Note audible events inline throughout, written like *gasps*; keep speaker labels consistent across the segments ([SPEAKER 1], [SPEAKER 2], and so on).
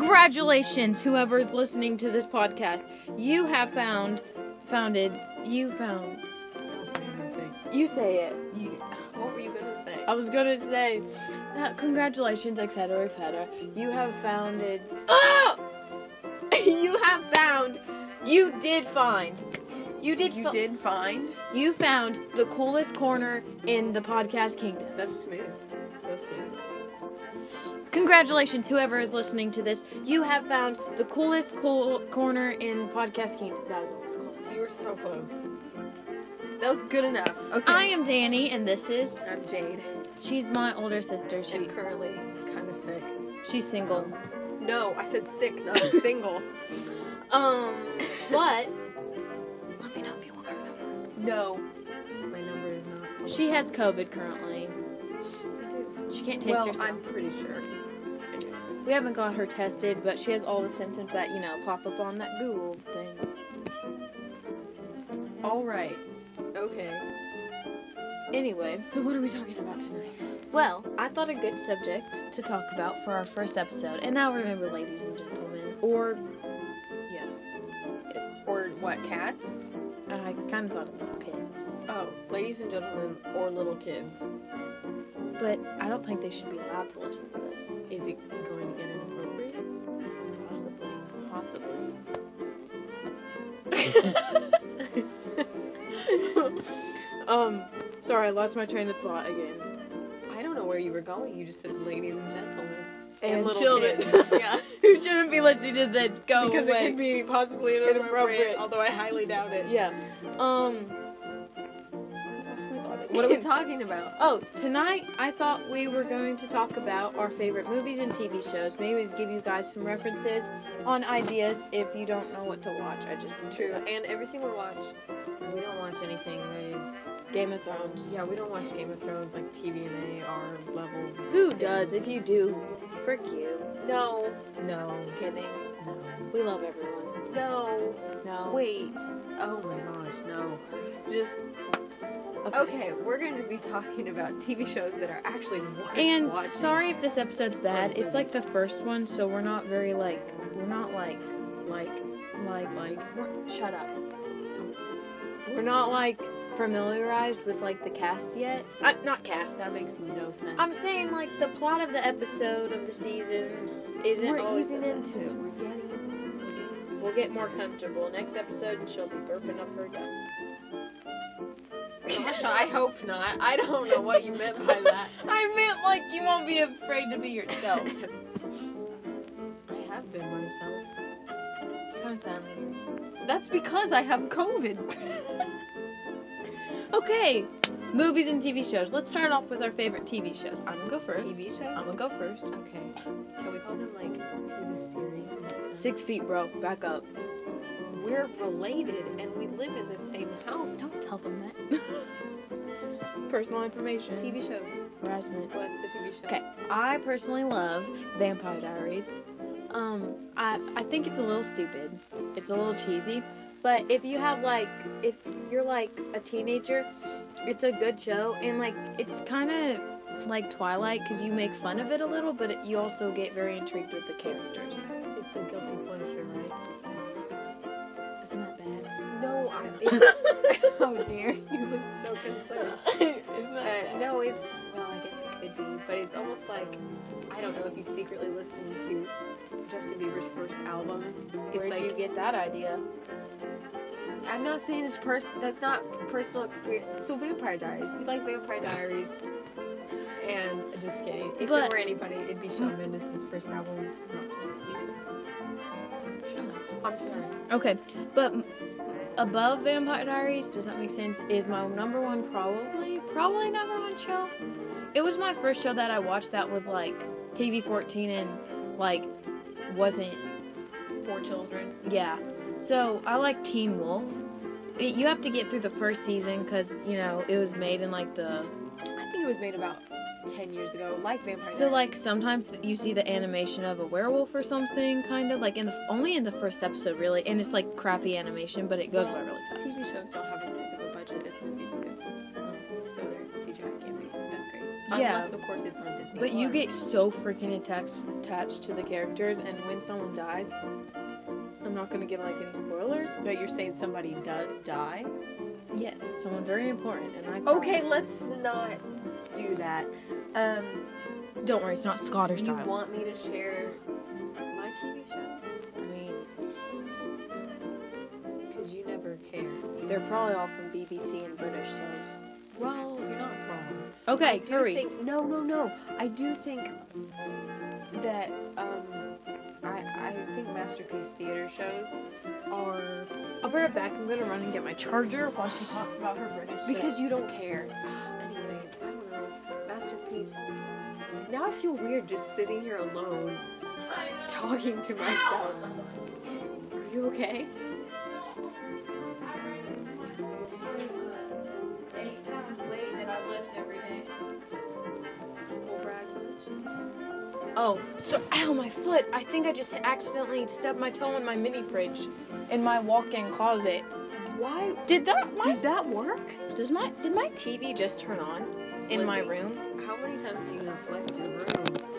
[SPEAKER 1] Congratulations, whoever's listening to this podcast. You have found, founded, you found. You say it.
[SPEAKER 2] What were you gonna say?
[SPEAKER 1] I was gonna say, uh, congratulations, etc., etc. You have founded. ah! *laughs* you have found. You did find. You did.
[SPEAKER 2] you
[SPEAKER 1] fi-
[SPEAKER 2] did find.
[SPEAKER 1] You found the coolest corner in the podcast kingdom.
[SPEAKER 2] That's smooth. So smooth.
[SPEAKER 1] Congratulations, whoever is listening to this. You have found the coolest cool corner in podcast kingdom. That was almost close.
[SPEAKER 2] You were so close. That was good enough. Okay.
[SPEAKER 1] I am Danny, and this is.
[SPEAKER 2] I'm Jade,
[SPEAKER 1] She's my older sister. She,
[SPEAKER 2] and currently kind of sick.
[SPEAKER 1] she's single.
[SPEAKER 2] No, I said sick, *laughs* not single.
[SPEAKER 1] Um, but
[SPEAKER 2] Let me know if you want her number. No, my number is not. public.
[SPEAKER 1] she has COVID currently.
[SPEAKER 2] I do.
[SPEAKER 1] She can't taste
[SPEAKER 2] Well,
[SPEAKER 1] herself.
[SPEAKER 2] I'm pretty sure.
[SPEAKER 1] We haven't got her tested, but she has all the symptoms that, you know, pop up on that Google thing.
[SPEAKER 2] All right. Okay.
[SPEAKER 1] Anyway,
[SPEAKER 2] So what are we talking about tonight?
[SPEAKER 1] well, I thought a good subject to talk about for our first episode, and now remember, ladies and gentlemen, or, yeah,
[SPEAKER 2] Or what? Cats?
[SPEAKER 1] I kind of thought about kids,
[SPEAKER 2] Oh, ladies and gentlemen, or little kids.
[SPEAKER 1] but I don't think they should be allowed to listen to this,
[SPEAKER 2] Is it going to get inappropriate?
[SPEAKER 1] possibly.
[SPEAKER 2] *laughs* Possibly.
[SPEAKER 1] um, sorry, I lost my train of thought again.
[SPEAKER 2] I don't know where you were going. You just said ladies and gentlemen.
[SPEAKER 1] And
[SPEAKER 2] little
[SPEAKER 1] children. *laughs*
[SPEAKER 2] kids. *laughs* yeah.
[SPEAKER 1] Who shouldn't be listening to this? Go
[SPEAKER 2] because
[SPEAKER 1] away.
[SPEAKER 2] it could be possibly
[SPEAKER 1] Inappropriate,
[SPEAKER 2] inappropriate, although I highly doubt it.
[SPEAKER 1] Yeah. Um. lost my thought
[SPEAKER 2] What are we *laughs*
[SPEAKER 1] again.
[SPEAKER 2] talking about?
[SPEAKER 1] Oh, tonight I thought we were going to talk about our favorite movies and TV shows. Maybe to give you guys some references on ideas if you don't know what to watch. I just
[SPEAKER 2] True. And everything we watch, we don't watch anything that is.
[SPEAKER 1] Game of Thrones.
[SPEAKER 2] Yeah, we don't watch Game of Thrones like TVNA or level.
[SPEAKER 1] Who does? If you do, frick you.
[SPEAKER 2] No. No.
[SPEAKER 1] Kidding.
[SPEAKER 2] No.
[SPEAKER 1] We love everyone.
[SPEAKER 2] No.
[SPEAKER 1] No.
[SPEAKER 2] Wait. Oh my gosh, no. Just okay. We're going to be talking about TV shows that are actually worth
[SPEAKER 1] And
[SPEAKER 2] watching.
[SPEAKER 1] sorry if this episode's bad. It's like the first one, so we're not very like we're not like
[SPEAKER 2] like
[SPEAKER 1] like
[SPEAKER 2] like
[SPEAKER 1] We're, shut up. We're not like familiarized with like the cast yet. Uh, not cast.
[SPEAKER 2] that makes no sense.
[SPEAKER 1] I'm saying like the plot of the episode of the season isn't
[SPEAKER 2] we're
[SPEAKER 1] always
[SPEAKER 2] easing
[SPEAKER 1] the
[SPEAKER 2] into.
[SPEAKER 1] best.
[SPEAKER 2] We're getting. We're getting.
[SPEAKER 1] We'll get more comfortable. Next episode, she'll be burping up her gum.
[SPEAKER 2] Gosh, *laughs* I hope not. I don't know what you meant by *laughs* that.
[SPEAKER 1] I meant like you won't be afraid to be
[SPEAKER 2] *laughs*
[SPEAKER 1] yourself.
[SPEAKER 2] I have been myself.
[SPEAKER 1] kind of sound weird.
[SPEAKER 2] That's because I have COVID.
[SPEAKER 1] *laughs* Okay, movies and TV shows. Let's start off with our favorite TV shows. I'm gonna go first.
[SPEAKER 2] TV
[SPEAKER 1] I'm
[SPEAKER 2] shows.
[SPEAKER 1] gonna go first.
[SPEAKER 2] Okay. Can we call them like TV series? and stuff?
[SPEAKER 1] Six feet, bro. Back up.
[SPEAKER 2] We're related and we live in the same house.
[SPEAKER 1] Don't tell them that. *laughs* Personal information.
[SPEAKER 2] TV shows.
[SPEAKER 1] harassment.
[SPEAKER 2] What's a TV show?
[SPEAKER 1] Okay, I personally love Vampire Diaries. Um, I I think it's a little stupid. It's a little cheesy, but if you have like if you're like a teenager, it's a good show and like it's kind of like Twilight because you make fun of it a little, but it, you also get very intrigued with the characters.
[SPEAKER 2] It's a guilty pleasure, right?
[SPEAKER 1] Isn't that bad?
[SPEAKER 2] *laughs*
[SPEAKER 1] *laughs*
[SPEAKER 2] No, I'm. oh dear, you look so concerned.
[SPEAKER 1] Isn't
[SPEAKER 2] Uh, no, it's well, I guess it could be, but it's almost like I don't know if you secretly listen to Justin Bieber's first album. It's
[SPEAKER 1] Where'd
[SPEAKER 2] like
[SPEAKER 1] you get that idea?
[SPEAKER 2] I'm not saying it's pers. That's not personal experience. So Vampire Diaries. You like Vampire Diaries? And just kidding. If
[SPEAKER 1] But-
[SPEAKER 2] it were anybody, it'd be Shawn Mendes' first album. not Justin Bieber. I'm sorry.
[SPEAKER 1] Okay, but m- above Vampire Diaries, does that make sense? Is my number one probably probably number one show? It was my first show that I watched that was like TV fourteen and like wasn't
[SPEAKER 2] Four children.
[SPEAKER 1] yeah. So I like Teen Wolf. It, you have to get through the first season because you know it was made in like the
[SPEAKER 2] I think it was made about ten years ago, like Vampire.
[SPEAKER 1] So
[SPEAKER 2] Diaries.
[SPEAKER 1] like sometimes you see the animation of a werewolf or something, kind of like in the only in the first episode really, and it's like crappy animation, but it goes by really fast.
[SPEAKER 2] TV shows don't have as big of a budget as movies do, Um, so their CGI can't be as great.
[SPEAKER 1] Yeah.
[SPEAKER 2] Unless of course it's on Disney.
[SPEAKER 1] But you
[SPEAKER 2] Plus.
[SPEAKER 1] get so freaking attached attached to the characters, and when someone dies, I'm not gonna give like any spoilers.
[SPEAKER 2] But you're saying somebody does die?
[SPEAKER 1] Yes, someone very important, and I. cried.
[SPEAKER 2] Okay, let's not do that. Um,
[SPEAKER 1] Don't worry, it's not Scott or
[SPEAKER 2] you
[SPEAKER 1] Styles.
[SPEAKER 2] want me to share my TV shows?
[SPEAKER 1] I mean,
[SPEAKER 2] Because you never care.
[SPEAKER 1] they're probably all from BBC and British, so. it's-
[SPEAKER 2] Well, you're not wrong. I
[SPEAKER 1] Okay,
[SPEAKER 2] do
[SPEAKER 1] hurry.
[SPEAKER 2] think- no, no, no. I do think that um, I, I think masterpiece theater shows are
[SPEAKER 1] I'll be right back. I'm gonna run and get my charger while she talks about her British. Because
[SPEAKER 2] because you don't care. *sighs* anyway, I don't know. Masterpiece. Now I feel weird just sitting here alone, talking to myself. Are you okay?
[SPEAKER 1] eight pounds weight that I lift every day.
[SPEAKER 2] Will brag much?
[SPEAKER 1] Oh, so ow, my foot! I think I just accidentally stubbed my toe in my mini fridge, in my walk-in closet.
[SPEAKER 2] Why?
[SPEAKER 1] Did that? My,
[SPEAKER 2] Does that work?
[SPEAKER 1] does my did my TV just turn on in my
[SPEAKER 2] Lindsay.
[SPEAKER 1] room?
[SPEAKER 2] How many times do you flex your room?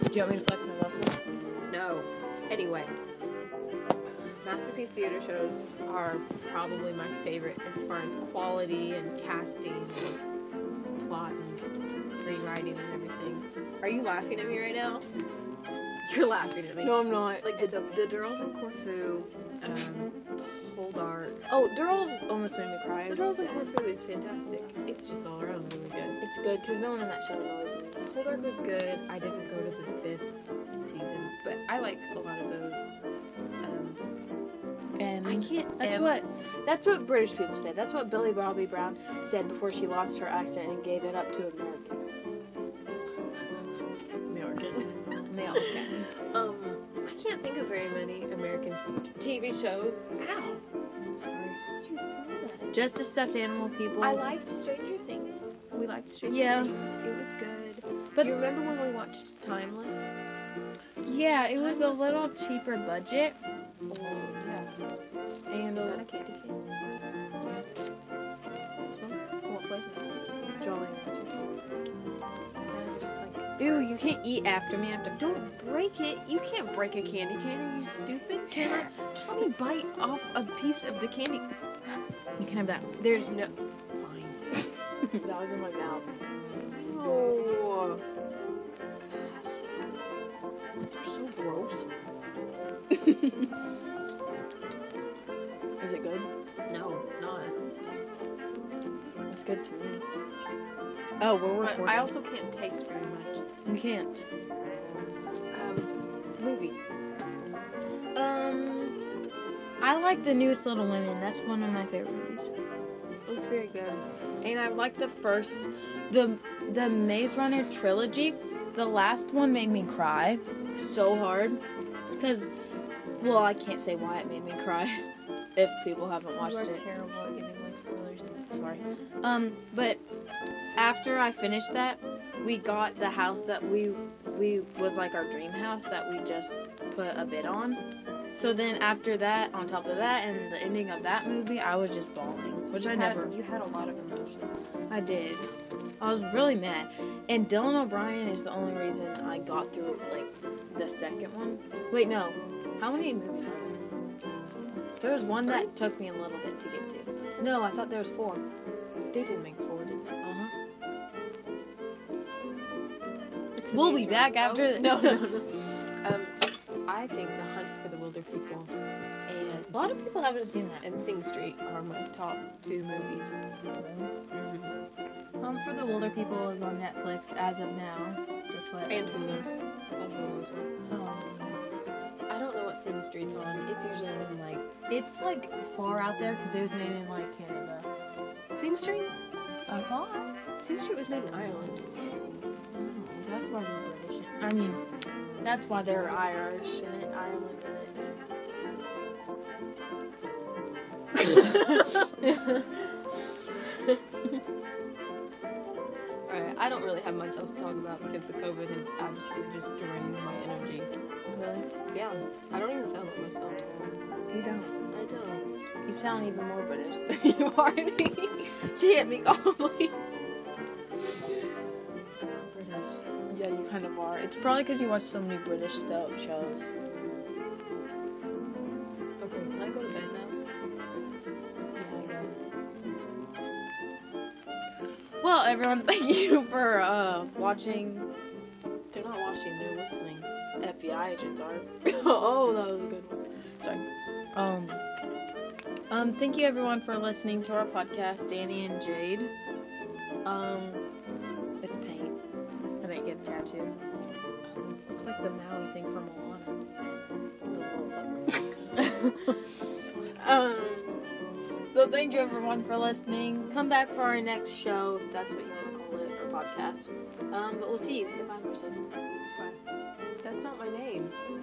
[SPEAKER 1] Do you want me to flex my muscles?
[SPEAKER 2] No. Anyway, masterpiece theater shows are probably my favorite as far as quality and casting, and plot and screenwriting and everything. Are you laughing at me right now? *laughs* You're laughing at me.
[SPEAKER 1] I'm not.
[SPEAKER 2] like the, the Durrells in Corfu, um, Boldark.
[SPEAKER 1] Oh, Durrell's almost made me cry.
[SPEAKER 2] The
[SPEAKER 1] I'm
[SPEAKER 2] Durrells in
[SPEAKER 1] sad.
[SPEAKER 2] Corfu is fantastic. It's just all around really good.
[SPEAKER 1] It's good because no one on that show annoys me.
[SPEAKER 2] Poldark was good. I didn't go to the fifth season, but I liked a lot of those. Um,
[SPEAKER 1] And
[SPEAKER 2] I can't.
[SPEAKER 1] That's
[SPEAKER 2] um,
[SPEAKER 1] what that's what British people say. That's what Billy Bobby Brown said before she lost her accent and gave it up to American.
[SPEAKER 2] American.
[SPEAKER 1] American.
[SPEAKER 2] Um, I can't think of very many American TV shows. Ow! Did you throw
[SPEAKER 1] *laughs*
[SPEAKER 2] that?
[SPEAKER 1] Just a stuffed animal, people.
[SPEAKER 2] I liked Stranger Things. We liked Stranger
[SPEAKER 1] Yeah.
[SPEAKER 2] Things. It was good.
[SPEAKER 1] But-
[SPEAKER 2] But do you remember when we watched Timeless?
[SPEAKER 1] yeah, it was a little cheaper budget
[SPEAKER 2] Oh, yeah.
[SPEAKER 1] and uh,
[SPEAKER 2] Is
[SPEAKER 1] a
[SPEAKER 2] that a candy cane? What flavor is it?
[SPEAKER 1] Jolly
[SPEAKER 2] I'm just like
[SPEAKER 1] Ew, you can't eat after me. I have to.
[SPEAKER 2] Don't break it. You can't break a candy can. Are you stupid? Can *gasps* I? Just let me bite off a piece of the candy.
[SPEAKER 1] You can have that.
[SPEAKER 2] There's no. Fine.
[SPEAKER 1] that was in my mouth.
[SPEAKER 2] Oh. Gosh. They're so *laughs* gross.
[SPEAKER 1] Is it good?
[SPEAKER 2] No, it's not.
[SPEAKER 1] It's good to me. Oh, we're
[SPEAKER 2] But
[SPEAKER 1] recording.
[SPEAKER 2] I also can't taste very much.
[SPEAKER 1] you can't.
[SPEAKER 2] Um, movies.
[SPEAKER 1] Um, I like the newest Little Women. That's one of my favorite movies.
[SPEAKER 2] It's very good.
[SPEAKER 1] and I like the first, the the Maze Runner trilogy. The last one made me cry so hard because, well, I can't say why it made me cry. *laughs* If people haven't watched
[SPEAKER 2] you are
[SPEAKER 1] it,
[SPEAKER 2] terrible at giving away spoilers.
[SPEAKER 1] sorry. Um, but after I finished that, we got the house that we we was like our dream house that we just put a bid on. So then after that, on top of that, and the ending of that movie, I was just bawling, which I
[SPEAKER 2] Had-
[SPEAKER 1] never.
[SPEAKER 2] You had a lot of emotions.
[SPEAKER 1] I did. I was really mad. And Dylan O'Brien is the only reason I got through like the second one. Wait, no. How many movies are there? There was one that took me a little bit to get to. No, I thought there was four.
[SPEAKER 2] They didn't make four, did they?
[SPEAKER 1] Uh-huh.
[SPEAKER 2] It's the
[SPEAKER 1] We'll
[SPEAKER 2] Maze
[SPEAKER 1] be back
[SPEAKER 2] Runner.
[SPEAKER 1] after
[SPEAKER 2] Oh,
[SPEAKER 1] the-
[SPEAKER 2] No, no,
[SPEAKER 1] *laughs*
[SPEAKER 2] no. um, I think The Hunt for the Wilder People and
[SPEAKER 1] A lot of people haven't seen that.
[SPEAKER 2] and Sing Street are my top two movies.
[SPEAKER 1] Home Mm-hmm. Um, for the Wilder People is on Netflix as of now. Just let
[SPEAKER 2] And Hulu. It's on Hulu as well.
[SPEAKER 1] oh.
[SPEAKER 2] I don't know what Sing Street's on. It's usually on like
[SPEAKER 1] It's like far out there because it was made in like Canada.
[SPEAKER 2] Sing Street.
[SPEAKER 1] I thought.
[SPEAKER 2] Sing Street was made in Ireland.
[SPEAKER 1] Oh, that's why they're British. I mean, that's why they're Irish and it, Ireland and it.
[SPEAKER 2] *laughs* All right, I don't really have much else to talk about because the COVID has absolutely just drained my energy.
[SPEAKER 1] Really?
[SPEAKER 2] Yeah, I don't even sound like myself.
[SPEAKER 1] You don't.
[SPEAKER 2] I don't.
[SPEAKER 1] You sound even more British. *laughs*
[SPEAKER 2] you are She hit me *laughs* compliments.
[SPEAKER 1] British. Yeah, you kind of are. It's probably because you watch so many British so- shows.
[SPEAKER 2] Okay, can I go to bed now?
[SPEAKER 1] Yeah, I guess. Well, everyone, *laughs* thank you for uh, watching.
[SPEAKER 2] They're not watching. They're listening.
[SPEAKER 1] FBI agents are.
[SPEAKER 2] *laughs* oh, that was a good one.
[SPEAKER 1] Sorry. Um. Um. Thank you, everyone, for listening to our podcast, Danny and Jade. Um, it's paint. I didn't get a tattoo. Oh, looks like the Maui thing from Moana. It's the little look. *laughs* um. So thank you, everyone, for listening. Come back for our next show, if that's what you want to call it, or podcast. Um. But we'll see you. Say bye, person.
[SPEAKER 2] That's not my name.